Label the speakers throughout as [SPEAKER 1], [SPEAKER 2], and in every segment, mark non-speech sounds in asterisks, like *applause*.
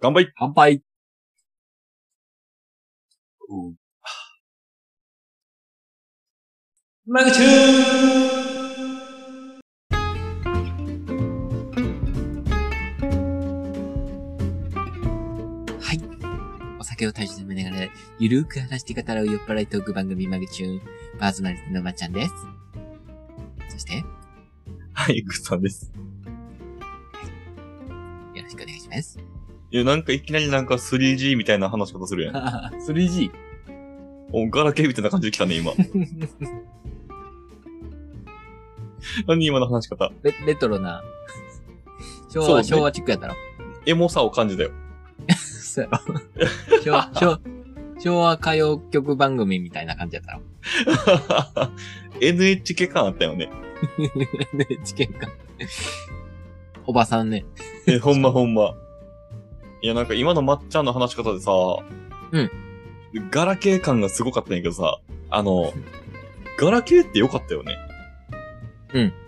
[SPEAKER 1] 乾杯
[SPEAKER 2] 乾杯。うん。
[SPEAKER 3] マグチューン
[SPEAKER 2] はい。お酒を大事に飲みながら、ゆるーく話して語らう酔っ払いトーク番組マグチューン。パーソナリティのまっちゃんです。そして、よ
[SPEAKER 1] はい、グッさんです。
[SPEAKER 2] ろしくお願いします。
[SPEAKER 1] いや、なんかいきなりなんか 3G みたいな話し方するやん。
[SPEAKER 2] 3G。
[SPEAKER 1] お、ガラケーみたいな感じで来たね、今。 *laughs* 何今の話し方。
[SPEAKER 2] レレトロな。昭
[SPEAKER 1] そう
[SPEAKER 2] 和、
[SPEAKER 1] ね
[SPEAKER 2] 昭和チックやったろ。
[SPEAKER 1] エモさを感じたよ。 *laughs*
[SPEAKER 2] そうやろ。 *laughs* 昭和、昭和昭和歌謡曲番組みたいな感じやったろ。 *laughs*
[SPEAKER 1] NHK 感あったよね。
[SPEAKER 2] NHK か。おばさんね。
[SPEAKER 1] え、ほんまほんま。いや、なんか今のまっちゃんの話し方でさ、
[SPEAKER 2] うん。
[SPEAKER 1] ガラケー感がすごかったんやけどさ、あ *laughs* の、ガラケーって良かったよね。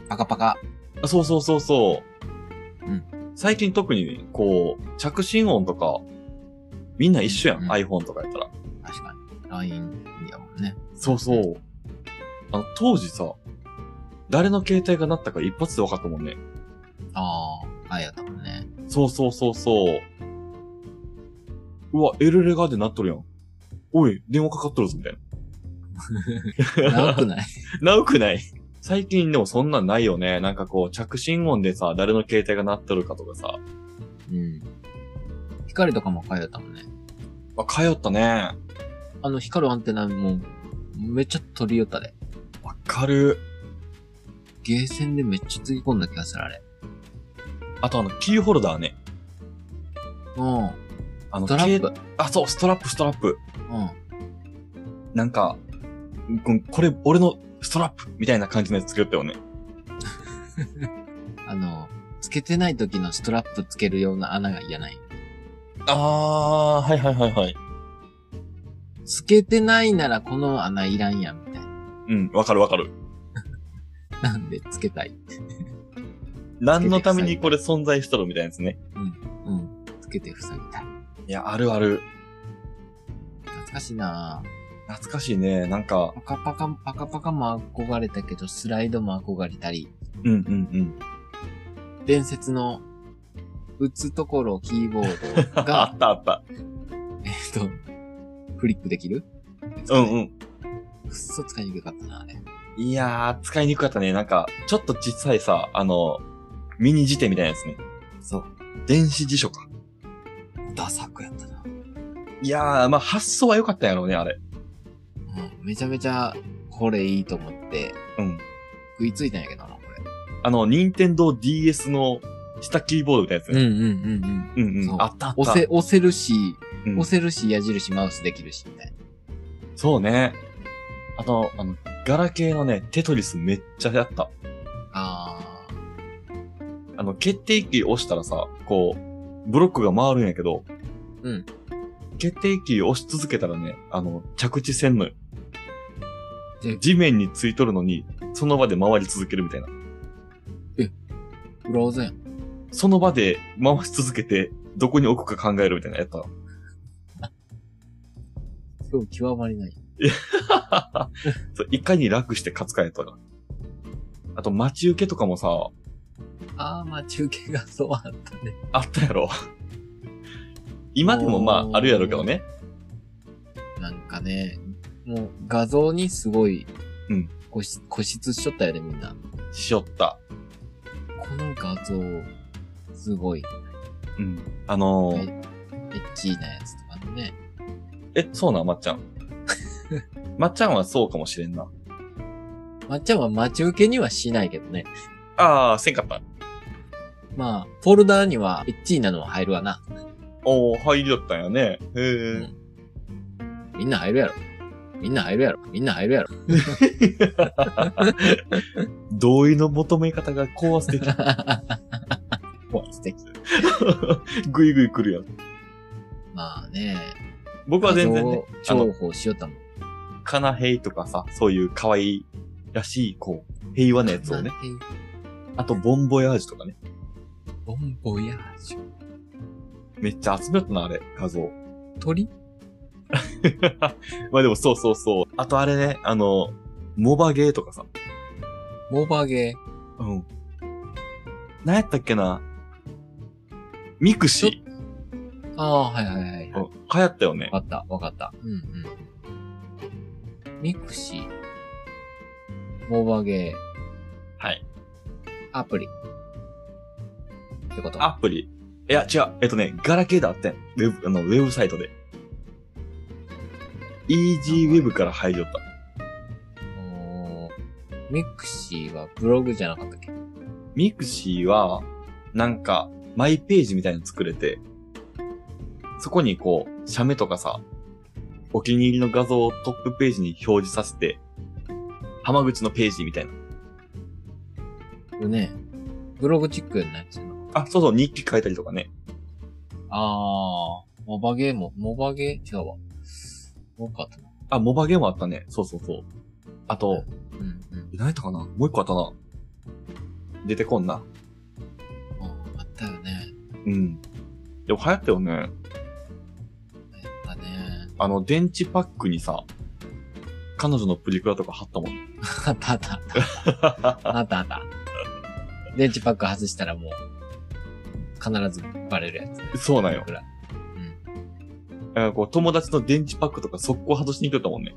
[SPEAKER 2] パカパカ。
[SPEAKER 1] あそうそうそうそう。
[SPEAKER 2] うん
[SPEAKER 1] 最近特に、こう、着信音とか、みんな一緒やん。
[SPEAKER 2] うん
[SPEAKER 1] iPhone とかやったら。
[SPEAKER 2] 確かに。LINE やもんね。
[SPEAKER 1] そうそう。あの、当時さ、誰の携帯が鳴ったか一発で分かったもんね。
[SPEAKER 2] ああ、ああやったもんね。
[SPEAKER 1] そうそうそうそう。うわ、エルレガで鳴っとるやん。おい、電話かかっとるぞ、みたい
[SPEAKER 2] *laughs*
[SPEAKER 1] な。
[SPEAKER 2] 長くない
[SPEAKER 1] なおくない最近でもそんなんないよね。なんかこう、着信音でさ、誰の携帯が鳴っとるかとかさ。
[SPEAKER 2] うん。光とかもああやったもんね。
[SPEAKER 1] あ、通ったね。
[SPEAKER 2] あの光るアンテナも、めっちゃ取り寄ったで。
[SPEAKER 1] わかる。
[SPEAKER 2] ゲーセンでめっちゃつぎ込んだ気がする、あれ。
[SPEAKER 1] あとあの、キーホルダーね。
[SPEAKER 2] うん。
[SPEAKER 1] あの、
[SPEAKER 2] ドラップ
[SPEAKER 1] 携。あ、そう、ストラップ、ストラップ。
[SPEAKER 2] うん。
[SPEAKER 1] なんか、ここれ、俺のストラップみたいな感じのやつ作ったよね。
[SPEAKER 2] あの、つけてない時のストラップつけるような穴が嫌ない。
[SPEAKER 1] あー、はいはいはいはい。
[SPEAKER 2] つけてないならこの穴いらんやん、みたいな。
[SPEAKER 1] うん、わかるわかる。
[SPEAKER 2] なんでつけたい。
[SPEAKER 1] 何のためにこれ存在しとるみたいなやつね。
[SPEAKER 2] うん。つけて塞ぎたい。
[SPEAKER 1] いや、あるある。
[SPEAKER 2] 懐かしいなぁ。
[SPEAKER 1] 懐かしいね。なんか、
[SPEAKER 2] パカパカ、パカパカも憧れたけど、スライドも憧れたり、
[SPEAKER 1] うんうん
[SPEAKER 2] 伝説の、打つところキーボー
[SPEAKER 1] う
[SPEAKER 2] ド
[SPEAKER 1] ん。 *laughs* あ
[SPEAKER 2] が
[SPEAKER 1] っ、たあった。
[SPEAKER 2] えっと、フリックできる
[SPEAKER 1] うんうん。
[SPEAKER 2] くっそ使いにくかったな、あれ。
[SPEAKER 1] いやー、使いにくかったね。なんか、ちょっと小さいさ、あの、ミニ辞典みたいなやつね。
[SPEAKER 2] そう。
[SPEAKER 1] 電子辞書か。
[SPEAKER 2] ダサくやったな。
[SPEAKER 1] いやー、まあ、発想は良かったんやろうね、あれ。
[SPEAKER 2] うん。めちゃめちゃ、これいいと思って、
[SPEAKER 1] うん。
[SPEAKER 2] 食いついたんやけどな、こ
[SPEAKER 1] あの、任天堂 DS の下キーボードみたいなやつね。
[SPEAKER 2] れ。んうんうんうん。
[SPEAKER 1] うん、うん、
[SPEAKER 2] そう
[SPEAKER 1] あったあった。
[SPEAKER 2] 押せ、押せるし、
[SPEAKER 1] うん
[SPEAKER 2] 押せるし、矢印マウスできるし、みたいな。
[SPEAKER 1] そうね。あと、あの、ガラケーのね、テトリスめっちゃやった。
[SPEAKER 2] あー。
[SPEAKER 1] あの、決定キー押したらさ、こう、ブロックが回るんやけど、
[SPEAKER 2] うん。
[SPEAKER 1] 決定キー押し続けたらね、あの、着地せんのよ
[SPEAKER 2] で。
[SPEAKER 1] 地面についとるのに、その場で回り続けるみたいな。
[SPEAKER 2] ブラウザやん。
[SPEAKER 1] その場で回し続けて、どこに置くか考えるみたいなやった。
[SPEAKER 2] 今日極まりない。
[SPEAKER 1] *laughs* そういかに楽して勝つかやったら。あと、待ち受けとかもさ、
[SPEAKER 2] あー、まあ中継がそうあったね。
[SPEAKER 1] あったやろ。 *laughs* 今でもま
[SPEAKER 2] おー
[SPEAKER 1] あ、あるやろうけどね。
[SPEAKER 2] なんかね、もう画像にすごい、
[SPEAKER 1] うん
[SPEAKER 2] 固執。固執しちょったよね、みんな。
[SPEAKER 1] しよった。
[SPEAKER 2] この画像、すごい、
[SPEAKER 1] うん。あの
[SPEAKER 2] えエ
[SPEAKER 1] ー、
[SPEAKER 2] ッチなやつとかね。
[SPEAKER 1] え、そうなん、まっちゃん。 *laughs* まっちゃんはそうかもしれんな。
[SPEAKER 2] まっちゃんは待ち受けにはしないけどね。
[SPEAKER 1] ああ、せんかった。
[SPEAKER 2] まあ、フォルダーにはエッチなのは入るわな。
[SPEAKER 1] おー、入りだったんやね。へえ。
[SPEAKER 2] みんな入るやろ。みんな入るやろ。みんな入るやろ。 *laughs*
[SPEAKER 1] 同意の求め方が高圧的。 *laughs*
[SPEAKER 2] ほら素敵。
[SPEAKER 1] ぐいぐい来るやん。
[SPEAKER 2] まあね。
[SPEAKER 1] 僕は全然ね、
[SPEAKER 2] 画像を重宝しよったもん。
[SPEAKER 1] かなへいとかさ、そういう可愛いらしい、こう、平和なやつをね *laughs*
[SPEAKER 2] な。んていう。
[SPEAKER 1] あと、ボンボヤージュとかね。
[SPEAKER 2] ボンボヤージュ。
[SPEAKER 1] めめっちゃ集めよったな、あれ、画像。
[SPEAKER 2] 鳥
[SPEAKER 1] まあでもそうそうそう。あとあれね、あの、モバゲーとかさ。
[SPEAKER 2] モーバーゲ
[SPEAKER 1] うん。何やったっけなミクシ
[SPEAKER 2] ー。ああー、はいはいはい。
[SPEAKER 1] ー。うん流行ったよね。
[SPEAKER 2] わかった、わかった。うんうん。ミクシー。モーバーゲー。
[SPEAKER 1] はい。
[SPEAKER 2] アプリ。ってこと
[SPEAKER 1] アプリ。いや、違う。えっとね、ガラケーであってん。ウェブ、あの、ウェブサイトで。イージーウェブから入りよった。
[SPEAKER 2] おーミクシーはブログじゃなかったっけ
[SPEAKER 1] ミクシーは、なんか、マイページみたいなの作れて、そこにこう、写メとかさ、お気に入りの画像をトップページに表示させて、浜口のページみたいな。
[SPEAKER 2] これね。ブログチックなやつやな
[SPEAKER 1] あ、そうそう、日記書いたりとかね。
[SPEAKER 2] あー、モバゲーも、モバゲー違うわ。多かったな。
[SPEAKER 1] あ、モバゲームあったね。そうそうそう。あと、
[SPEAKER 2] うんうん。
[SPEAKER 1] 何やったかなもう一個あったな。出てこんな。
[SPEAKER 2] うんあったよね。
[SPEAKER 1] うん。でも流行ったよね。
[SPEAKER 2] あったね。
[SPEAKER 1] あの、電池パックにさ、彼女のプリクラとか貼ったもん。
[SPEAKER 2] あったあったあった。あったあった。電池パック外したらもう、必ずバレるやつ、ね。
[SPEAKER 1] そうなんよ。
[SPEAKER 2] 僕ら。
[SPEAKER 1] なんかこう、友達の電池パックとか速攻外しに行くったもんね。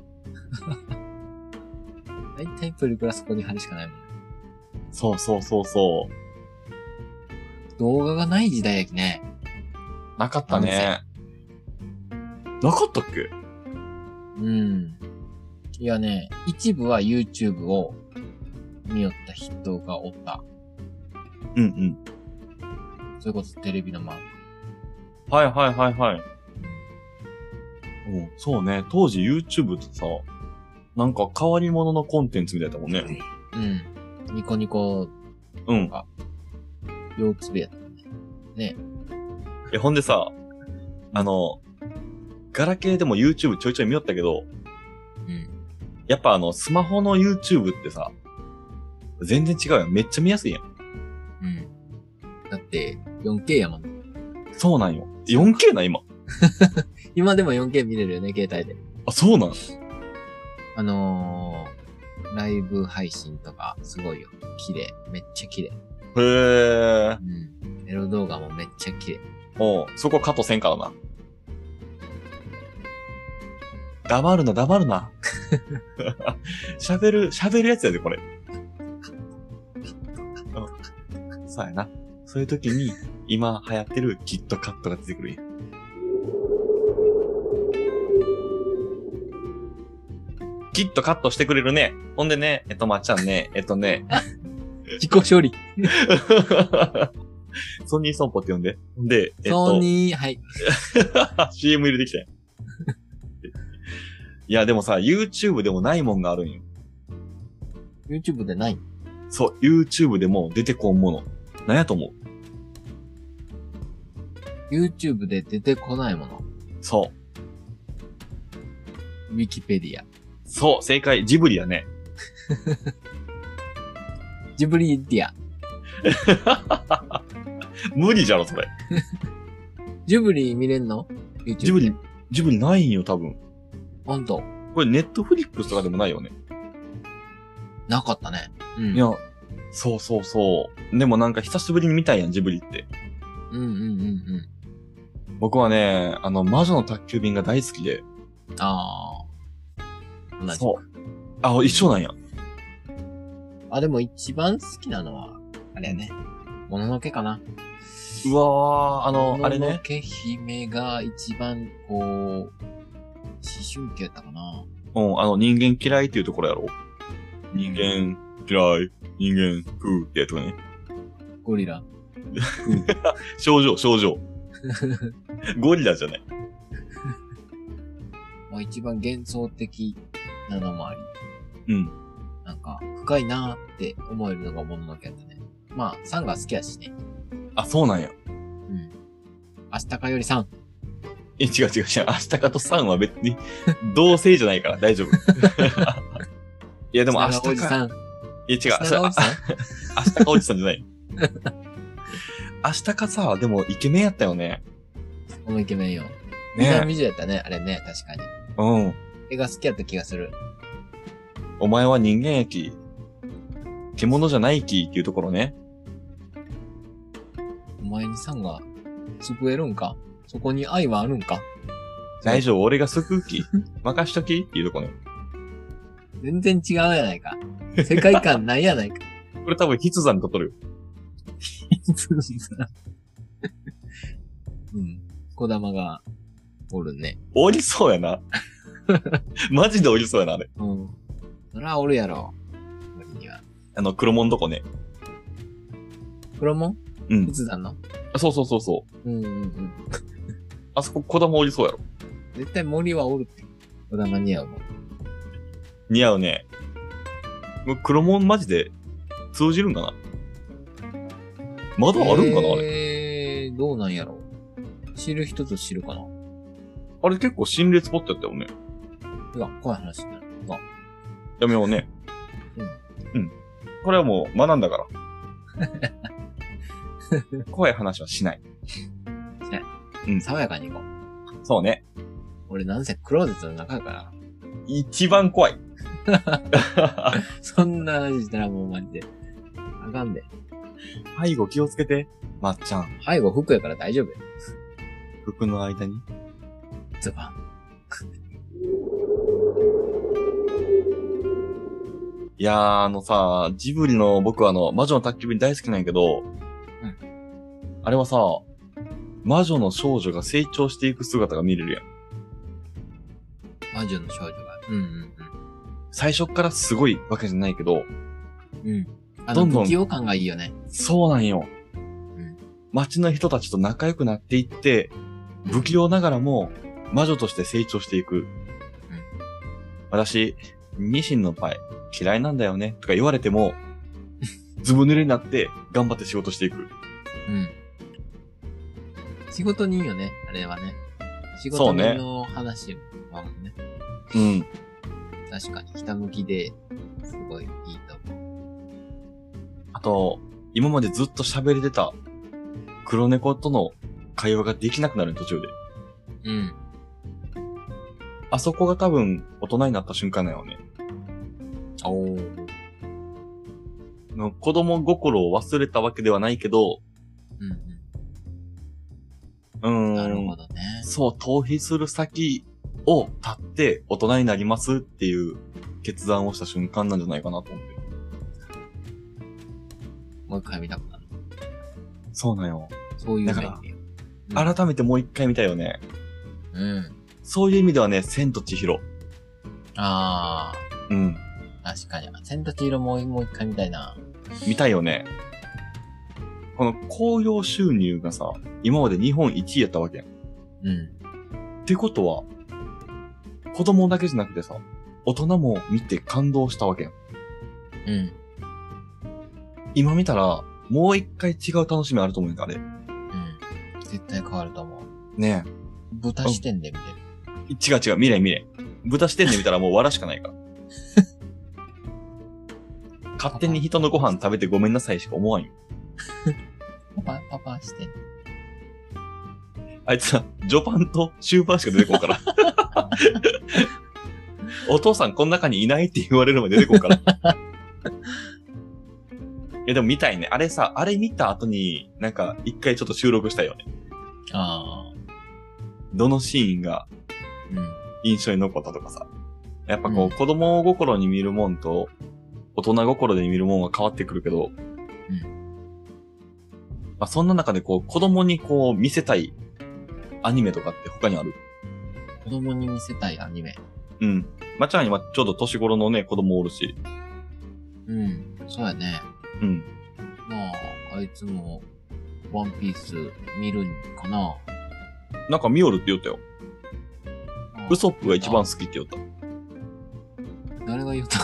[SPEAKER 2] 大体プリクラそこに貼るしかないもん。
[SPEAKER 1] そうそうそうそ
[SPEAKER 2] 動画がない時代やきね。
[SPEAKER 1] う。なかったね。なかったっけ
[SPEAKER 2] うん。いやね、一部は YouTube を見よった人がおった。
[SPEAKER 1] うんうん。
[SPEAKER 2] それこそテレビのマーク。
[SPEAKER 1] はいはいはいはい。うん、そうね。当時 YouTube ってさ、なんか変わり者のコンテンツみたいだったもんね。
[SPEAKER 2] うん。ニコニコ、
[SPEAKER 1] うん。
[SPEAKER 2] よくつぶやった。
[SPEAKER 1] え、ほんでさ、あの、ガラケーでも YouTube ちょいちょい見よったけど、
[SPEAKER 2] うん。
[SPEAKER 1] やっぱあの、スマホの YouTube ってさ、全然違うやん。めっちゃ見やすいやん。
[SPEAKER 2] うん。だって、4K やもん。
[SPEAKER 1] そうなんよ。4K な、今。
[SPEAKER 2] 今でも 4K 見れるよね、携帯で。
[SPEAKER 1] あ、そうなん
[SPEAKER 2] あのー、ライブ配信とか、すごいよ。綺麗。めっちゃ綺麗。
[SPEAKER 1] へえ。
[SPEAKER 2] うん。エロ動画もめっちゃ綺麗。
[SPEAKER 1] おう、そこカットせんからな。黙るな、黙るな。 *laughs* 喋る、喋るやつやで、これ。うんそうやな。そういう時に、今流行ってるキットカットが出てくるんや。キットカットしてくれるね。ほんでね、えっと、まっちゃんね、えっと
[SPEAKER 2] *laughs*
[SPEAKER 1] ね、
[SPEAKER 2] 自己処理。
[SPEAKER 1] ソニーソンポって呼んで。ほんで、えっと、
[SPEAKER 2] ソニー、はい。
[SPEAKER 1] *laughs* CM 入れてきたやん。いや、でもさ、YouTube でもないもんがあるんよ。
[SPEAKER 2] YouTube でない
[SPEAKER 1] そう、YouTube でも出てこんもの。なんやと思う
[SPEAKER 2] YouTube で出てこないもの。
[SPEAKER 1] そう。
[SPEAKER 2] ウィキペディア。
[SPEAKER 1] そう、正解、ジブリやね。
[SPEAKER 2] ジブリディア。
[SPEAKER 1] 無理じゃろ、それ。
[SPEAKER 2] ジブリ見れんの ?YouTube
[SPEAKER 1] ジブリ。、ジブリないんよ、多分。
[SPEAKER 2] ほんと。
[SPEAKER 1] これ、ネットフリックスとかでもないよね。
[SPEAKER 2] なかったね。う
[SPEAKER 1] い
[SPEAKER 2] ん。
[SPEAKER 1] や、そうそうそう。でもなんか久しぶりに見たいやん、ジブリって。
[SPEAKER 2] うんうんうんうん。
[SPEAKER 1] 僕はね、あの、魔女の宅急便が大好きで。
[SPEAKER 2] あー。同じ。
[SPEAKER 1] そう。あ、一緒なんや。
[SPEAKER 2] あ、でも一番好きなのは、あれやね。もののけかな。
[SPEAKER 1] うわー、あの、あれ
[SPEAKER 2] ものの
[SPEAKER 1] ね。
[SPEAKER 2] け姫が一番、こう、思春期やったかな。
[SPEAKER 1] うん、あの、人間嫌いっていうところやろ。人間嫌い、人間食うってやつがね。
[SPEAKER 2] ゴリラ。
[SPEAKER 1] 症状、症
[SPEAKER 2] *laughs*
[SPEAKER 1] 状。ゴリラじゃない。
[SPEAKER 2] まあ一番幻想的なのもあり。
[SPEAKER 1] うん。
[SPEAKER 2] なんか、深いなーって思えるのがもののけやったね。まあ、サンが好きやしね。
[SPEAKER 1] あ、そうなんや。
[SPEAKER 2] うん。明日かよりさん。
[SPEAKER 1] え、違う違う違う。明日かとさんは別に同性じゃないから大
[SPEAKER 2] *laughs*
[SPEAKER 1] 丈夫。いや、でも明
[SPEAKER 2] 砂川お
[SPEAKER 1] 日
[SPEAKER 2] じ
[SPEAKER 1] か。
[SPEAKER 2] さん。違う。
[SPEAKER 1] いや、違う。
[SPEAKER 2] 砂
[SPEAKER 1] それ
[SPEAKER 2] 川お
[SPEAKER 1] あ
[SPEAKER 2] じさん。
[SPEAKER 1] 明
[SPEAKER 2] *laughs*
[SPEAKER 1] 日かおじさんじゃない。明日かさ、でもイケメンやったよね。
[SPEAKER 2] このイケメンよ。みんな
[SPEAKER 1] ね
[SPEAKER 2] 美女やったね、あれね、確かに。
[SPEAKER 1] うん。
[SPEAKER 2] 絵が好きやった気がする。
[SPEAKER 1] お前は人間やき。獣じゃないきっていうところね。
[SPEAKER 2] お前にさんが救えるんかそこに愛はあるんか
[SPEAKER 1] 大丈夫、俺が救うき。任しときっていうとこね。
[SPEAKER 2] 全然違うやないか。世界観ないやないか。
[SPEAKER 1] これ多分筆算とっとる。
[SPEAKER 2] うん。小玉がおるね。
[SPEAKER 1] おりそうや *laughs* な。マジでおりそうやな、あれ。
[SPEAKER 2] うん。そらおるやろ。森には。
[SPEAKER 1] あの、黒門とこね。
[SPEAKER 2] 黒も
[SPEAKER 1] うん
[SPEAKER 2] い。つだの
[SPEAKER 1] あそうそうそうそう。
[SPEAKER 2] うんうんうん。
[SPEAKER 1] あそこ子供おりそうやろ。
[SPEAKER 2] 絶対森はおるって。小玉にはもう。
[SPEAKER 1] 似合うね。もう黒門マジで通じるんかなまだあるんかな、あれ。
[SPEAKER 2] えー、どうなんやろ。知る人と知るかな。
[SPEAKER 1] あれ結構心霊スポットやったよね。
[SPEAKER 2] うわ、怖い話になる。うわ、
[SPEAKER 1] やめようね。うん。うん。これはもう学んだ *laughs* から。怖い話はしない。
[SPEAKER 2] 爽やかに行こう。
[SPEAKER 1] そうね。
[SPEAKER 2] 俺なんせクローゼットの中やから。
[SPEAKER 1] 一番怖い。
[SPEAKER 2] そんな話したらもうマジで。あかんで。
[SPEAKER 1] 背後気をつけて。まっちゃん、
[SPEAKER 2] 背後服やから大丈夫よ。
[SPEAKER 1] 服の間に。
[SPEAKER 2] ズバン。
[SPEAKER 1] いやー、あのさ、ジブリの僕はあの、魔女の宅急便大好きなんやけど、
[SPEAKER 2] うん
[SPEAKER 1] あれはさ、魔女の少女が成長していく姿が見れるやん。
[SPEAKER 2] 魔女の少女が。うんうん
[SPEAKER 1] 最初っからすごいわけじゃないけど、
[SPEAKER 2] うん。うん。あ
[SPEAKER 1] ど
[SPEAKER 2] の、
[SPEAKER 1] んどん
[SPEAKER 2] 不器用感がいいよね。
[SPEAKER 1] そうなんよ。
[SPEAKER 2] ん
[SPEAKER 1] 街の人たちと仲良くなっていって、不器用ながらも魔女として成長していく。私、ニシンのパイ嫌いなんだよねとか言われて
[SPEAKER 2] *laughs*
[SPEAKER 1] も、ずぶ濡れになって頑張って仕事していく。
[SPEAKER 2] うん。仕事人よね、あれはね。仕
[SPEAKER 1] そ
[SPEAKER 2] 事
[SPEAKER 1] うね
[SPEAKER 2] 人の話はもうね。
[SPEAKER 1] うん。
[SPEAKER 2] 確かに、ひたむきで、すごいいいと思う。
[SPEAKER 1] あと、今までずっと喋れてた黒猫との会話ができなくなる途中で。
[SPEAKER 2] うん。
[SPEAKER 1] あそこが多分大人になった瞬間だよね。
[SPEAKER 2] おー。
[SPEAKER 1] の子供心を忘れたわけではないけど、
[SPEAKER 2] うん
[SPEAKER 1] うー。
[SPEAKER 2] うんん。なるほどね。
[SPEAKER 1] そう、逃避する先を立って大人になりますっていう決断をした瞬間なんじゃないかなと思って。
[SPEAKER 2] もう一回見たくなる。
[SPEAKER 1] そうなんよ。
[SPEAKER 2] そういう面
[SPEAKER 1] だから
[SPEAKER 2] で。うん
[SPEAKER 1] 改めてもう一回見たよね。
[SPEAKER 2] うん。
[SPEAKER 1] そういう意味ではね、千と千尋。
[SPEAKER 2] あー。
[SPEAKER 1] うん。
[SPEAKER 2] 確かに。千と千尋ももう一回見たいな。
[SPEAKER 1] 見たいよね。この興行収入がさ、今まで日本1位やったわけやん。っ
[SPEAKER 2] うん。
[SPEAKER 1] てことは、子供だけじゃなくてさ、大人も見て感動したわけやん。
[SPEAKER 2] うん。
[SPEAKER 1] 今見たら、もう一回違う楽しみあると思うんだ、あれ。
[SPEAKER 2] うん。絶対変わると思う。
[SPEAKER 1] ね
[SPEAKER 2] 豚視点で見てる。
[SPEAKER 1] え。違う違う、見れ見れ。豚視点で見たらもう笑しかないから。勝手に人のご飯食べてごめんなさいしか思わんよ。
[SPEAKER 2] パパ、パパ視点。
[SPEAKER 1] あいつさ、序盤と終盤しか出てこんから。 *laughs* お父さんこの中にいないって言われるまで出てこんから。 *laughs* いやでも見たいね。あれさ、あれ見た後に、なんか一回ちょっと収録したいよね。
[SPEAKER 2] あ
[SPEAKER 1] どのシーンが
[SPEAKER 2] ー。うん。
[SPEAKER 1] 印象に残ったとかさ。やっぱこう、
[SPEAKER 2] うん
[SPEAKER 1] 子供心に見るもんと、大人心で見るもんは変わってくるけど、
[SPEAKER 2] う
[SPEAKER 1] まあ、そんな中でこう、子供にこう、見せたいアニメとかって他にある
[SPEAKER 2] 子供に見せたいアニメ。
[SPEAKER 1] うん。まっちゃんは今ちょうど年頃のね、子供おるし。
[SPEAKER 2] うん。そうやね。
[SPEAKER 1] うん。
[SPEAKER 2] まあ、あいつも、ワンピース見るんかな。
[SPEAKER 1] なんかミオルって言ったよ。
[SPEAKER 2] まあ
[SPEAKER 1] ウソップが一番好きって言った。
[SPEAKER 2] 誰が言うた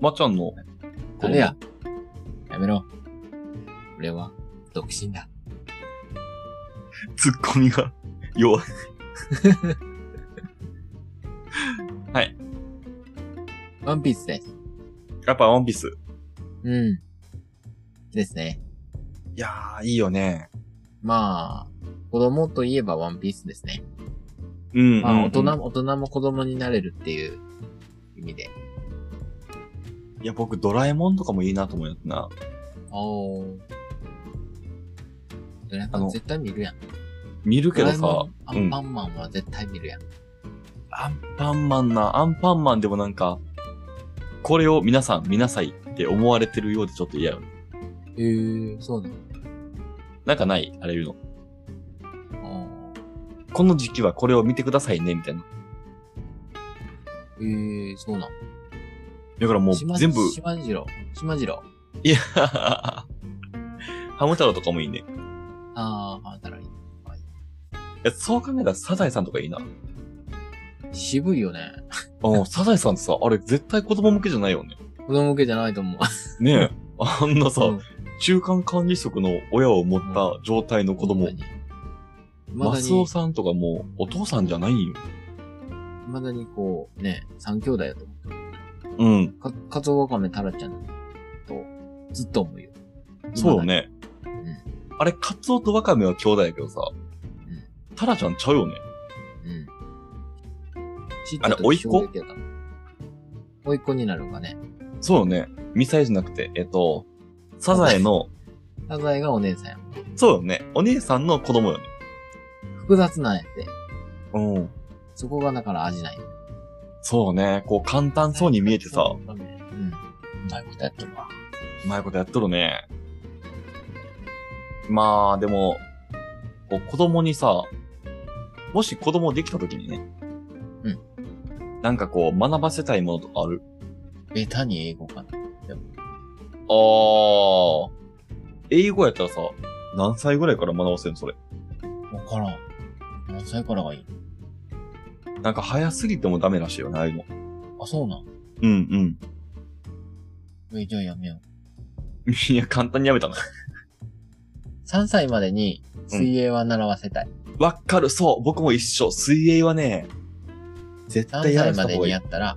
[SPEAKER 1] まっちゃんの子供。
[SPEAKER 2] 誰ややめろ。俺は、独身だ。
[SPEAKER 1] ツッコミが *laughs* 弱い。
[SPEAKER 2] ワンピースです。
[SPEAKER 1] やっぱワンピース。
[SPEAKER 2] うん。ですね。
[SPEAKER 1] いやー、いいよね。
[SPEAKER 2] まあ、子供といえばワンピースですね。
[SPEAKER 1] うん。
[SPEAKER 2] まあ、大人
[SPEAKER 1] うん
[SPEAKER 2] も、大人も子供になれるっていう意味で。
[SPEAKER 1] いや、僕、ドラえもんとかもいいなと思うやつな。
[SPEAKER 2] おー。ドラえ
[SPEAKER 1] あ
[SPEAKER 2] もん
[SPEAKER 1] の
[SPEAKER 2] 絶対見るやん。
[SPEAKER 1] 見るけ
[SPEAKER 2] ド
[SPEAKER 1] ど
[SPEAKER 2] ラえも
[SPEAKER 1] さ
[SPEAKER 2] ん、
[SPEAKER 1] う
[SPEAKER 2] アン
[SPEAKER 1] ん。
[SPEAKER 2] パンマンは絶対見るやん。
[SPEAKER 1] アンパンマンな、アンパンマンでもなんか、これを皆さん見なさいって思われてるようでちょっと嫌よね。
[SPEAKER 2] へー、そうなの
[SPEAKER 1] なんかないあれいうの。
[SPEAKER 2] あ
[SPEAKER 1] この時期はこれを見てくださいね、みたいな。
[SPEAKER 2] ー。へー、そうなの
[SPEAKER 1] だからも
[SPEAKER 2] 島
[SPEAKER 1] う全部、
[SPEAKER 2] 島次郎。島次郎。
[SPEAKER 1] いや、 *laughs* ハム太郎とかもいいね。い
[SPEAKER 2] あー、あなたらいい。
[SPEAKER 1] や、そう考えたらサザエさんとかいいな。
[SPEAKER 2] 渋いよね。
[SPEAKER 1] うん、サザエさんってさ、あれ絶対子供向けじゃないよね。
[SPEAKER 2] 子供向けじゃないと思う。
[SPEAKER 1] ねえ。あんな
[SPEAKER 2] *laughs*
[SPEAKER 1] さ、
[SPEAKER 2] うん
[SPEAKER 1] 中間管理職の親を持った状態の子供。
[SPEAKER 2] 未だに。未
[SPEAKER 1] マ
[SPEAKER 2] だ
[SPEAKER 1] スオ
[SPEAKER 2] に、
[SPEAKER 1] さんとかもうお父さんじゃないよ。
[SPEAKER 2] 未だにこう、ね、三兄弟だと思
[SPEAKER 1] うん。
[SPEAKER 2] う。か、かつおわかめタラちゃんと、ずっと思うよ。
[SPEAKER 1] そうよね。
[SPEAKER 2] 未だに。
[SPEAKER 1] あれ、カツオとワカメは兄弟やけどさ、タラちゃんちゃうよね。
[SPEAKER 2] うん。うん。ちっ
[SPEAKER 1] あれ甥っ子
[SPEAKER 2] おいっ子になるのがね。
[SPEAKER 1] そうよね。ミサイじゃなくて、えっと、サザエの、
[SPEAKER 2] サザエがお姉さんやもん。
[SPEAKER 1] そうよね。お姉さんの子供よね。
[SPEAKER 2] 複雑なんやって。
[SPEAKER 1] うん。
[SPEAKER 2] そこがだから味ない。
[SPEAKER 1] そうね。こう簡単そうに見えてさ、
[SPEAKER 2] うん。うまいことやってるわ。
[SPEAKER 1] うまいことやっとるね。まあ、でも、こう子供にさ、もし子供できた時にね。うん。なんかこう、学ばせたいものとかある
[SPEAKER 2] ベタに英語かな。
[SPEAKER 1] あー。英語やったらさ、何歳ぐらいから学ばせるのそれ。
[SPEAKER 2] わからん。何歳からがいい
[SPEAKER 1] なんか早すぎてもダメらしいよね、ああいうの。
[SPEAKER 2] あ、そうなん。
[SPEAKER 1] うんうん。
[SPEAKER 2] え、じゃあやめよう。
[SPEAKER 1] *laughs* いや、簡単にやめたな。
[SPEAKER 2] 3歳までに水泳は習わせたい。
[SPEAKER 1] わっかる、そう、僕も一緒。水泳はね、絶
[SPEAKER 2] 3
[SPEAKER 1] 対やら
[SPEAKER 2] 歳
[SPEAKER 1] せた
[SPEAKER 2] まで
[SPEAKER 1] 方がい
[SPEAKER 2] に
[SPEAKER 1] い
[SPEAKER 2] や。ったら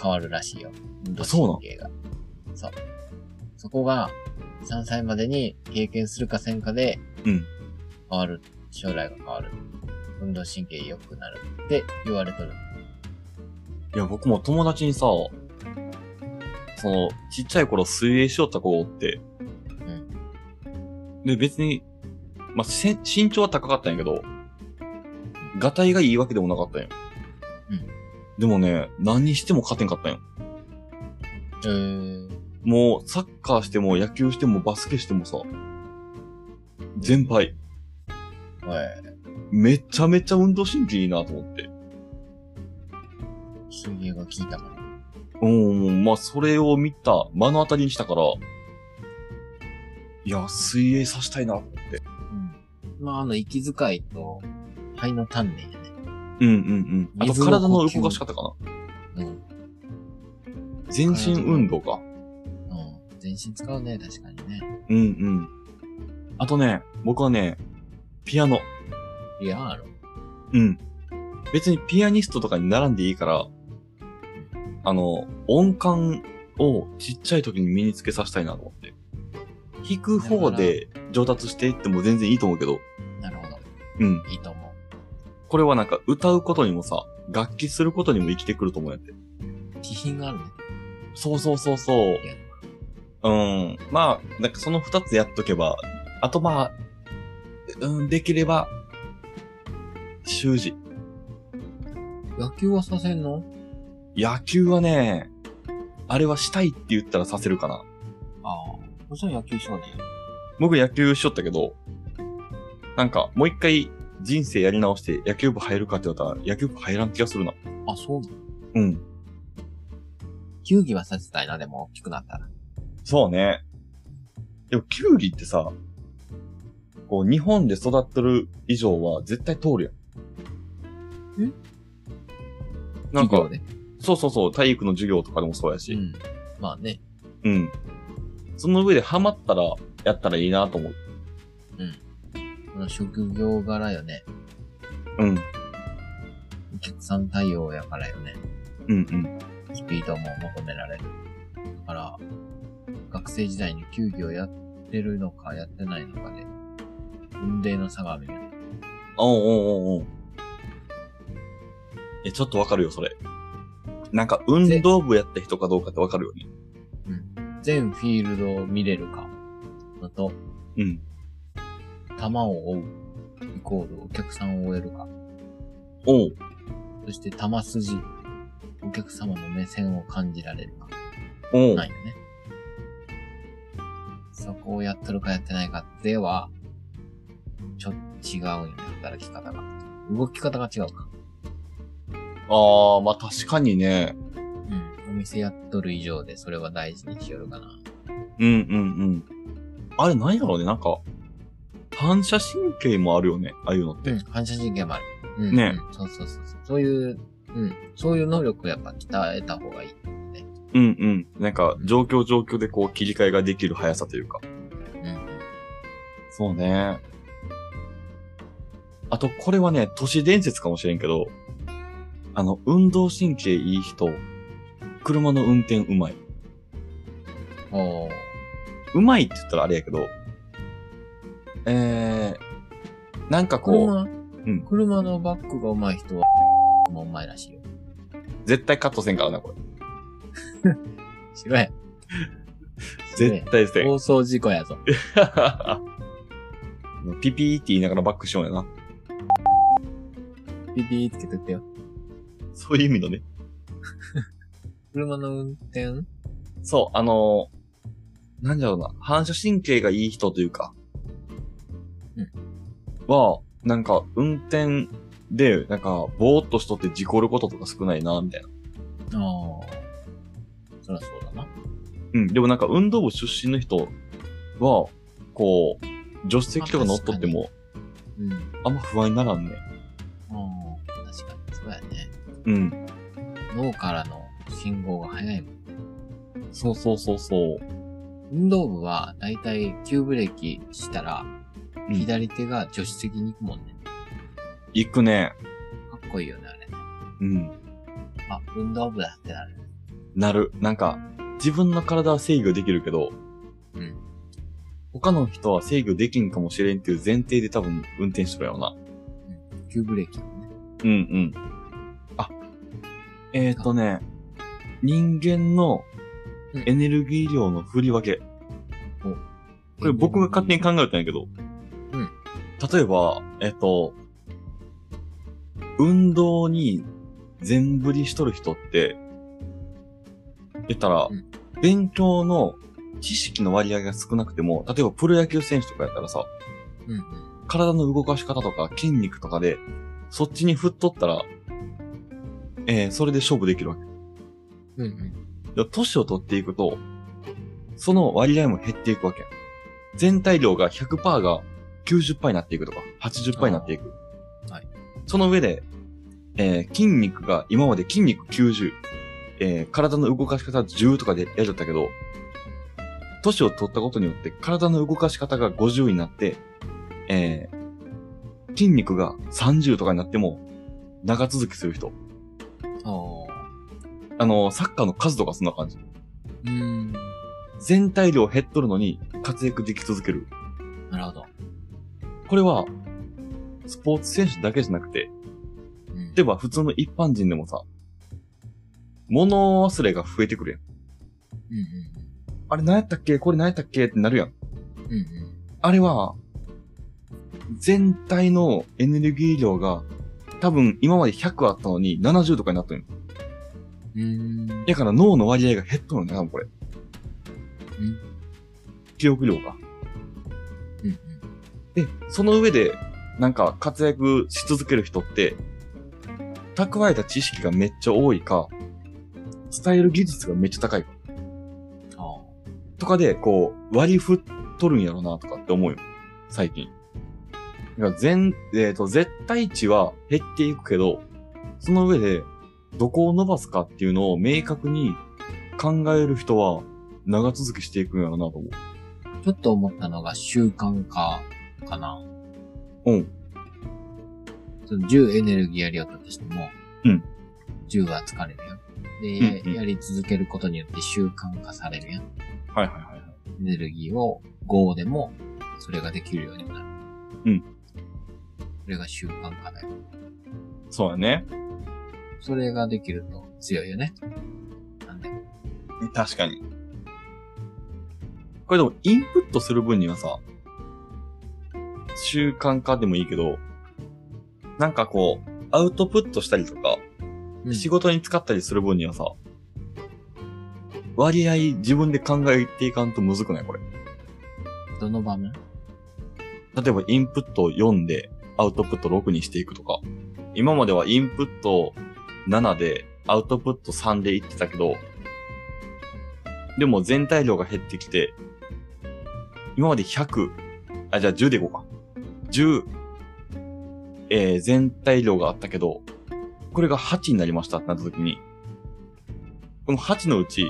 [SPEAKER 2] 変わるらしいよ。運動
[SPEAKER 1] そうなの
[SPEAKER 2] 神経が。そう。そこが3歳までに経験するかせんかで、
[SPEAKER 1] うん
[SPEAKER 2] 変わる。将来が変わる。運動神経良くなるって言われとる。
[SPEAKER 1] いや、僕も友達にさ、その、ちっちゃい頃水泳しよった子がおって、で、別に、まあ、せ身長は高かったんやけど、がたいがいいわけでもなかったんよ。
[SPEAKER 2] うん
[SPEAKER 1] でもね、何にしても勝てんかったんよ。
[SPEAKER 2] えー、
[SPEAKER 1] もう、サッカーしても、野球しても、バスケしてもさ、全敗。
[SPEAKER 2] はい。
[SPEAKER 1] めちゃめちゃ運動神経いいなと思って。
[SPEAKER 2] 水泳が効いたから。
[SPEAKER 1] うん、まあ、それを見た、目の当たりにしたから、いや、水泳さしたいな。
[SPEAKER 2] うん。まあ、あの、息遣いと肺の鍛錬やね。
[SPEAKER 1] うんうんうん。あと、
[SPEAKER 2] 水の呼吸
[SPEAKER 1] 体の動かし方かな。
[SPEAKER 2] うん。う
[SPEAKER 1] 全身運動か。
[SPEAKER 2] ん。全身使うね、確かにね。
[SPEAKER 1] うんうん。あとね、僕はね、ピアノ。
[SPEAKER 2] いやー、あの、
[SPEAKER 1] うん。別にピアニストとかに並んでいいから、あの、音感をちっちゃい時に身につけさせたいなと思って。弾く方で上達していっても全然いいと思うけど、
[SPEAKER 2] なるほど。
[SPEAKER 1] うん。
[SPEAKER 2] いいと思う。
[SPEAKER 1] これはなんか歌うことにもさ、楽器することにも生きてくると思うんやって。
[SPEAKER 2] 気品があるね。
[SPEAKER 1] そうそうそうそう。うん。まあ、なんかその二つやっとけば、あとまあ、うん、できれば、習字。
[SPEAKER 2] 野球はさせんの
[SPEAKER 1] 野球はね、あれはしたいって言ったらさせるかな。
[SPEAKER 2] ああ。もちろん野球少年。
[SPEAKER 1] 僕野球しとったけど、なんかもう一回人生やり直して野球部入るかって言われたら野球部入らん気がするな。
[SPEAKER 2] あ、そうなの
[SPEAKER 1] うん。
[SPEAKER 2] 球技はさせたいな、でも、大きくなったら。
[SPEAKER 1] そうね。でも球技ってさ、こう日本で育ってる以上は絶対通るやん。
[SPEAKER 2] え
[SPEAKER 1] なん
[SPEAKER 2] 授
[SPEAKER 1] か
[SPEAKER 2] 業、で。
[SPEAKER 1] そうそうそう、体育の授業とかでもそうや
[SPEAKER 2] う
[SPEAKER 1] し。
[SPEAKER 2] ん。まあね。
[SPEAKER 1] うん。その上でハマったら、やったらいいなと思う。
[SPEAKER 2] この職業柄よね。
[SPEAKER 1] うん。
[SPEAKER 2] お客さん対応やからよね。
[SPEAKER 1] うんうん。
[SPEAKER 2] スピードも求められる。だから、学生時代に球技をやってるのかやってないのかで、運命の差があるよね。
[SPEAKER 1] おうおうおうおう。え、ちょっとわかるよ、それ。なんか、運動部やった人かどうかってわかるよね。
[SPEAKER 2] 全フィールドを見れるか。のと、
[SPEAKER 1] うん。
[SPEAKER 2] 球を追う。イコールお客さんを追えるか。
[SPEAKER 1] おう。
[SPEAKER 2] そして球筋。お客様の目線を感じられるか。
[SPEAKER 1] おう。
[SPEAKER 2] ないよね。そこをやっとるかやってないかでは、ちょっと違うんよね、働き方が。動き方が違うか。
[SPEAKER 1] ああ、まあ確かにね。
[SPEAKER 2] うん。お店やっとる以上で、それは大事にしよるかな。
[SPEAKER 1] うんうんうん。あれ、なんやろうね、なんか、反射神経もあるよね、ああいうのって。
[SPEAKER 2] うん、反射神経もある。うん、
[SPEAKER 1] ね
[SPEAKER 2] うんそうそうそうそう。そういう、うん。そういう能力をやっぱ鍛えた方がいい。
[SPEAKER 1] うんうん。なんか、状況状況でこう切り替えができる速さというか。
[SPEAKER 2] うん。
[SPEAKER 1] そうね。あと、これはね、都市伝説かもしれんけど、あの、運動神経いい人、車の運転うまい。
[SPEAKER 2] おー。
[SPEAKER 1] うまいって言ったらあれやけど、えー、なんかこ
[SPEAKER 2] 車、
[SPEAKER 1] うん
[SPEAKER 2] 車のバックが上手い人は、もう上手いらしいよ。
[SPEAKER 1] う、絶対カットせんからな、これ。
[SPEAKER 2] しろや。
[SPEAKER 1] *laughs* 絶対せん。
[SPEAKER 2] 放送事故やぞ。
[SPEAKER 1] *laughs* ピピーって言いながらバックしようやな。
[SPEAKER 2] ピピーつけとってよ。
[SPEAKER 1] そういう意味のね。
[SPEAKER 2] 車の運転うん
[SPEAKER 1] そう、あのー、なんだろうな、反射神経がいい人というか、
[SPEAKER 2] うん
[SPEAKER 1] は、なんか、運転で、なんか、ぼーっとしとって事故ることとか少ないな、みたいな。
[SPEAKER 2] ああ。そりゃそうだな。
[SPEAKER 1] うん、でもなんか、運動部出身の人は、こう、助手席とか乗っとっても、
[SPEAKER 2] うん。あ
[SPEAKER 1] あんま不安にならんね。
[SPEAKER 2] あ。確かに、そうやね。
[SPEAKER 1] うん。
[SPEAKER 2] 脳からの信号が早いもん。
[SPEAKER 1] そうそうそうそう。
[SPEAKER 2] 運動部は、だいたい急ブレーキしたら、
[SPEAKER 1] うん
[SPEAKER 2] 左手が助手席に行くもんね。
[SPEAKER 1] 行くね。
[SPEAKER 2] かっこいいよね、あれね。
[SPEAKER 1] うん。
[SPEAKER 2] あ、運動部だってなる。
[SPEAKER 1] なる。なんか、自分の体は制御できるけど、
[SPEAKER 2] うん。
[SPEAKER 1] 他の人は制御できんかもしれんっていう前提で多分運転してるやろな。
[SPEAKER 2] 急ブレーキもね。
[SPEAKER 1] うんうん。あ、えっ、ー、とね、人間の
[SPEAKER 2] うん
[SPEAKER 1] エネルギー量の振り分け。これ僕が勝手に考えたんやけど。
[SPEAKER 2] うん
[SPEAKER 1] 例えば、えっ、と、運動に全振りしとる人って、言ったら、
[SPEAKER 2] うん
[SPEAKER 1] 勉強の知識の割合が少なくても、例えばプロ野球選手とかやったらさ、
[SPEAKER 2] うんうん。
[SPEAKER 1] 体の動かし方とか筋肉とかで、そっちに振っとったら、えー、それで勝負できるわけ。
[SPEAKER 2] うんうん。
[SPEAKER 1] で年を取っていくと、その割合も減っていくわけ。全体量が100%が90%になっていくとか、80%になっていく。
[SPEAKER 2] あーはい。
[SPEAKER 1] その上で、えー筋肉が、今まで筋肉90、えー体の動かし方10とかでやっちゃったけど、年を取ったことによって体の動かし方が50になって、えー筋肉が30とかになっても長続きする人。
[SPEAKER 2] おー。
[SPEAKER 1] あのー、サッカーの数とかそんな感じ。
[SPEAKER 2] うーん。
[SPEAKER 1] 全体量減っとるのに活躍でき続ける。
[SPEAKER 2] なるほど。
[SPEAKER 1] これは、スポーツ選手だけじゃなくて、
[SPEAKER 2] うん
[SPEAKER 1] 例えば普通の一般人でもさ、物忘れが増えてくるやん。
[SPEAKER 2] うんうん
[SPEAKER 1] あれ何やったっけこれ何やったっけってなるやん。
[SPEAKER 2] うん。うんうん。
[SPEAKER 1] あれは、全体のエネルギー量が、多分今まで100あったのに70とかになったんよ。
[SPEAKER 2] うーん。
[SPEAKER 1] だから脳の割合が減っとるんだよ、多分これ。
[SPEAKER 2] ん
[SPEAKER 1] 記憶量が。
[SPEAKER 2] うんうん。
[SPEAKER 1] で、その上で、なんか活躍し続ける人って、蓄えた知識がめっちゃ多いか、伝える技術がめっちゃ高いか、
[SPEAKER 2] ああ。
[SPEAKER 1] とかで、こう、割り振っとるんやろな、とかって思うよ。最近。だから全、えっ、と、絶対値は減っていくけど、その上で、どこを伸ばすかっていうのを明確に考える人は、長続きしていくんやろな、と思
[SPEAKER 2] ちょっと思ったのが習慣化かな。
[SPEAKER 1] う。うん。
[SPEAKER 2] その10エネルギーやりよったとしても、
[SPEAKER 1] うん。
[SPEAKER 2] 10は疲れるよ。で、
[SPEAKER 1] うんうん
[SPEAKER 2] やり続けることによって習慣化されるやん。エ
[SPEAKER 1] はいはいはい。
[SPEAKER 2] ネルギーを5でも、それができるようになる。
[SPEAKER 1] うん。
[SPEAKER 2] それが習慣化だよ。
[SPEAKER 1] そうやね。
[SPEAKER 2] それができると強いよね。なんで。
[SPEAKER 1] 確かに。これでも、インプットする分にはさ、習慣化でもいいけど、なんかこう、アウトプットしたりとか、
[SPEAKER 2] うん
[SPEAKER 1] 仕事に使ったりする分にはさ、割合自分で考えていかんとむずくないこれ。
[SPEAKER 2] どの場面
[SPEAKER 1] 例えばインプットを4でアウトプット6にしていくとか、今まではインプット7でアウトプット3でいってたけど、でも全体量が減ってきて、今まで100、あ、じゃあ10でいこうか。10、えー、全体量があったけど、これが8になりましたってなった時に、この8のうち、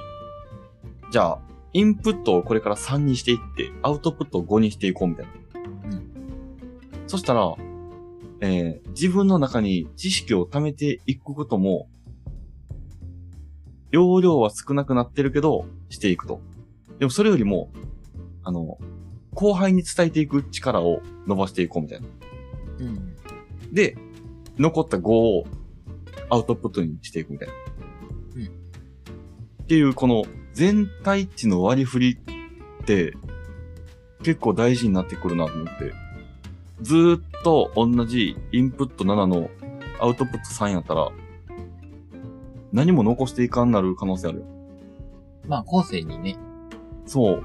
[SPEAKER 1] じゃあ、インプットをこれから3にしていって、アウトプットを5にしていこうみたいな。そしたら、えー自分の中に知識を貯めていくことも、容量は少なくなってるけど、していくと。でもそれよりも、あの、後輩に伝えていく力を伸ばしていこうみたいな。
[SPEAKER 2] うん。
[SPEAKER 1] で、残った5をアウトプットにしていくみたいな。
[SPEAKER 2] うん
[SPEAKER 1] っていう、この全体値の割り振りって、結構大事になってくるなと思って。ずーっと同じインプット7のアウトプット3やったら、何も残していかんなる可能性あるよ。
[SPEAKER 2] まあ、後世にね、
[SPEAKER 1] そう。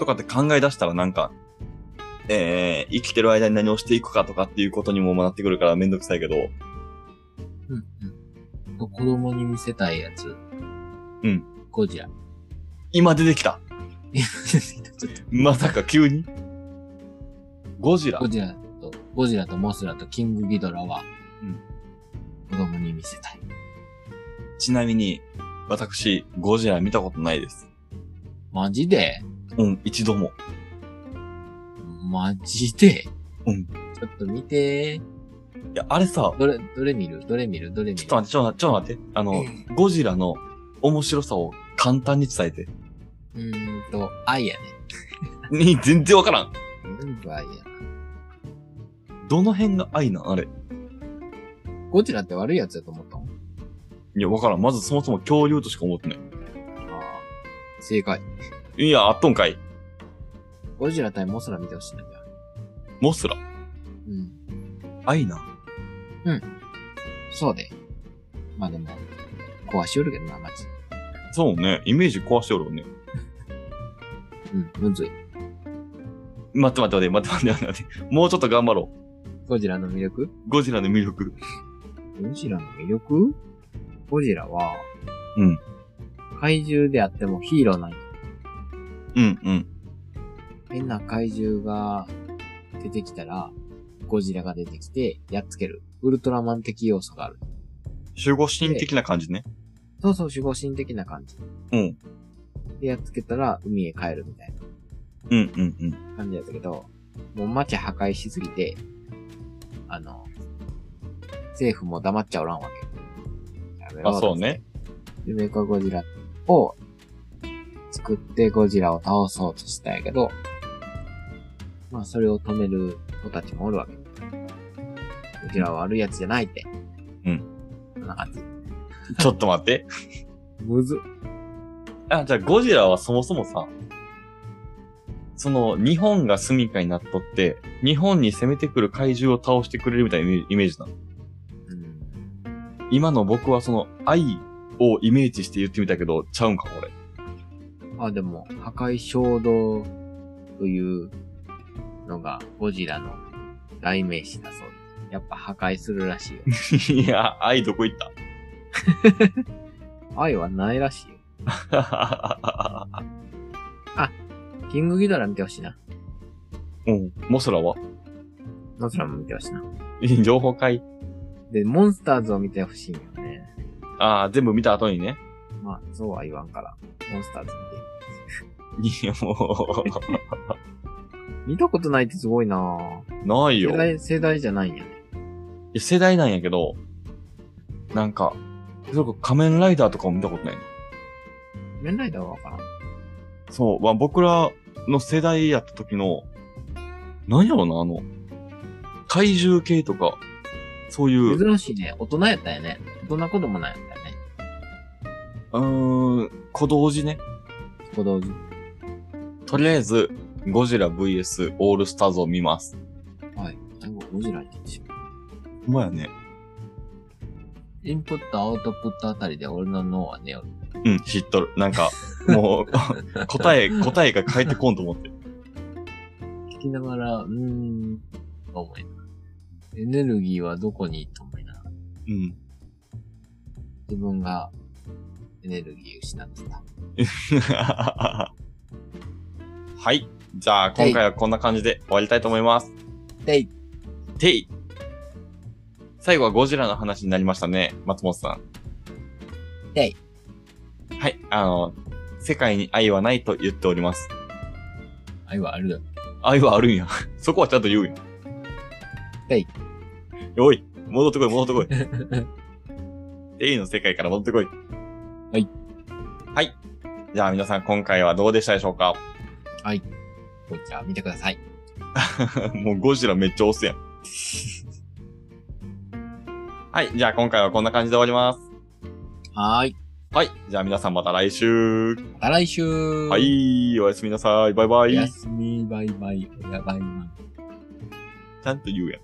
[SPEAKER 1] とかって考え出したらなんか、えー、生きてる間に何をしていくかとかっていうことにもなってくるからめんどくさいけど、
[SPEAKER 2] うんうん。子供に見せたいやつ。
[SPEAKER 1] うん。
[SPEAKER 2] ゴ
[SPEAKER 1] *laughs*
[SPEAKER 2] ジラ。
[SPEAKER 1] 今出てきた
[SPEAKER 2] いやちょっと
[SPEAKER 1] まさか急にゴジラ
[SPEAKER 2] ゴジラと、ゴジラとモスラとキングギドラは、
[SPEAKER 1] うん。
[SPEAKER 2] 子供に見せたい。
[SPEAKER 1] ちなみに、私、ゴジラ見たことないです。
[SPEAKER 2] マジで
[SPEAKER 1] うん、一度も。
[SPEAKER 2] マジで
[SPEAKER 1] うん
[SPEAKER 2] ちょっと見て
[SPEAKER 1] い
[SPEAKER 2] ー。
[SPEAKER 1] や、あれさ、
[SPEAKER 2] どれ、どれ見るどれ見るどれ見
[SPEAKER 1] ちょ
[SPEAKER 2] る
[SPEAKER 1] っと待って、ちょっと待って、ちょっと待って。あの、
[SPEAKER 2] う
[SPEAKER 1] ゴジラの面白さを簡単に伝えて。
[SPEAKER 2] うーんと、愛やね。
[SPEAKER 1] に、全然わからん。
[SPEAKER 2] 全部愛やな。
[SPEAKER 1] どの辺が愛なんあれ。
[SPEAKER 2] ゴジラって悪いやつだと思ったの
[SPEAKER 1] いや、わからん。まずそもそも恐竜としか思ってな
[SPEAKER 2] ああ。正解。
[SPEAKER 1] い。いや、あっとんかい。
[SPEAKER 2] ゴジラ対モスラ見てほしいんだよ。
[SPEAKER 1] モスラ。
[SPEAKER 2] うん。
[SPEAKER 1] 愛な。
[SPEAKER 2] そうで。まあでも、壊しよるけどな、マジ。
[SPEAKER 1] そうね。イメージ壊しておるよね。
[SPEAKER 2] うん、むずい。
[SPEAKER 1] 待って待って待って待って待って待って。もうちょっと頑張ろ
[SPEAKER 2] ゴジラの魅力
[SPEAKER 1] う。ゴジラの魅力。
[SPEAKER 2] ゴジラの魅力ゴジラは、
[SPEAKER 1] うん。
[SPEAKER 2] 怪獣であってもヒーローなんよ
[SPEAKER 1] うんうん。
[SPEAKER 2] 変な怪獣が出てきたら、ゴジラが出てきて、やっつける。ウルトラマン的要素がある。
[SPEAKER 1] 守護神的な感じね。
[SPEAKER 2] そうそう、守護神的な感じ。
[SPEAKER 1] うん。
[SPEAKER 2] で、やっつけたら、海へ帰るみたい
[SPEAKER 1] うんうんうん。
[SPEAKER 2] な感じだったけど、もう街破壊しすぎて、あの、政府も黙っちゃおらんわけ。やめろ
[SPEAKER 1] あ、そうね。。
[SPEAKER 2] で、メカゴジラを作ってゴジラを倒そうとしたんやけど、まあそれを止める子たちもおるわけ。ゴジラは悪いやつじゃないって。
[SPEAKER 1] うん。
[SPEAKER 2] こんな感じ。 *laughs*
[SPEAKER 1] ちょっと待って。
[SPEAKER 2] むず。
[SPEAKER 1] あ、じゃあゴジラはそもそもさ、その日本が住処になっとって、日本に攻めてくる怪獣を倒してくれるみたいなイメイメージなの。
[SPEAKER 2] うん。
[SPEAKER 1] 今の僕はその愛をイメージして言ってみたけど、ちゃうんか、これ。
[SPEAKER 2] まあでも、破壊衝動というのがゴジラの代名詞だそうです。やっぱ破壊するらしい
[SPEAKER 1] *laughs*
[SPEAKER 2] よ。
[SPEAKER 1] いや、愛どこ行っ
[SPEAKER 2] 愛はないらしいよ。
[SPEAKER 1] た *laughs*
[SPEAKER 2] キングギドラ見てほしいな。
[SPEAKER 1] うん。モスラは *laughs*
[SPEAKER 2] モスラも見てほしいな。
[SPEAKER 1] 情報会
[SPEAKER 2] で、モンスターズを見てほしいんよね。
[SPEAKER 1] ああ、全部見た後にね。
[SPEAKER 2] まあ、そうは言わんから、モンスターズ
[SPEAKER 1] いや、も
[SPEAKER 2] 見て。見たことないってすごいなぁ。
[SPEAKER 1] う、ないよ。
[SPEAKER 2] 世代、世代じゃないんやね。
[SPEAKER 1] いや世代なんやけど、なんか、それこそ仮面ライダーとかも見たことないの。
[SPEAKER 2] メンライダーはわからん。
[SPEAKER 1] そう、まあ僕らの世代やった時の、なんやろな、あの、体重計とか、そういう、う
[SPEAKER 2] 珍しいね。大人やったよね。大人子供なんやったよね。
[SPEAKER 1] ーん、小道寺ね。
[SPEAKER 2] 子供時。
[SPEAKER 1] とりあえず、ゴジラ VS オールスターズを見ます。
[SPEAKER 2] はい。でもゴジラにしよう
[SPEAKER 1] ほんまやね。
[SPEAKER 2] インプット、アウトプットあたりで俺の脳は寝よる。
[SPEAKER 1] うん、知っとる。なんか、もう、 *laughs* 答え、答えが返ってこんと思って。
[SPEAKER 2] 聞きながら、うーん、と思いながらエネルギーはどこにと思いながら
[SPEAKER 1] うん。
[SPEAKER 2] 自分がエネルギー失ってた。
[SPEAKER 1] *laughs* はい。じゃあ、今回はこんな感じで終わりたいと思います。
[SPEAKER 2] でい、
[SPEAKER 1] てい最後はゴジラの話になりましたね、松本さん。
[SPEAKER 2] てい
[SPEAKER 1] はい、あの、世界に愛はないと言っております。
[SPEAKER 2] 愛はあるよ。
[SPEAKER 1] 愛はあるんや。 *laughs* そこはちゃんと言うんや。
[SPEAKER 2] てい。
[SPEAKER 1] おい、戻ってこい、戻ってこい。 *laughs* ていの世界から戻ってこい。はいはい。じゃあ皆さん今回はどうでしたでしょうか
[SPEAKER 2] こいつは見てください。
[SPEAKER 1] *laughs* もうゴジラめっちゃ押すやん。 *laughs* はい、じゃあ今回はこんな感じで終わります。
[SPEAKER 2] はーい。
[SPEAKER 1] はい。じゃあ皆さんまた来週。
[SPEAKER 2] また来週は
[SPEAKER 1] は。い。おやすみなさい。バイバ
[SPEAKER 2] お
[SPEAKER 1] イ。
[SPEAKER 2] や
[SPEAKER 1] ち
[SPEAKER 2] すみ、バイバイ、おやばいまん。
[SPEAKER 1] ゃんと言うやん。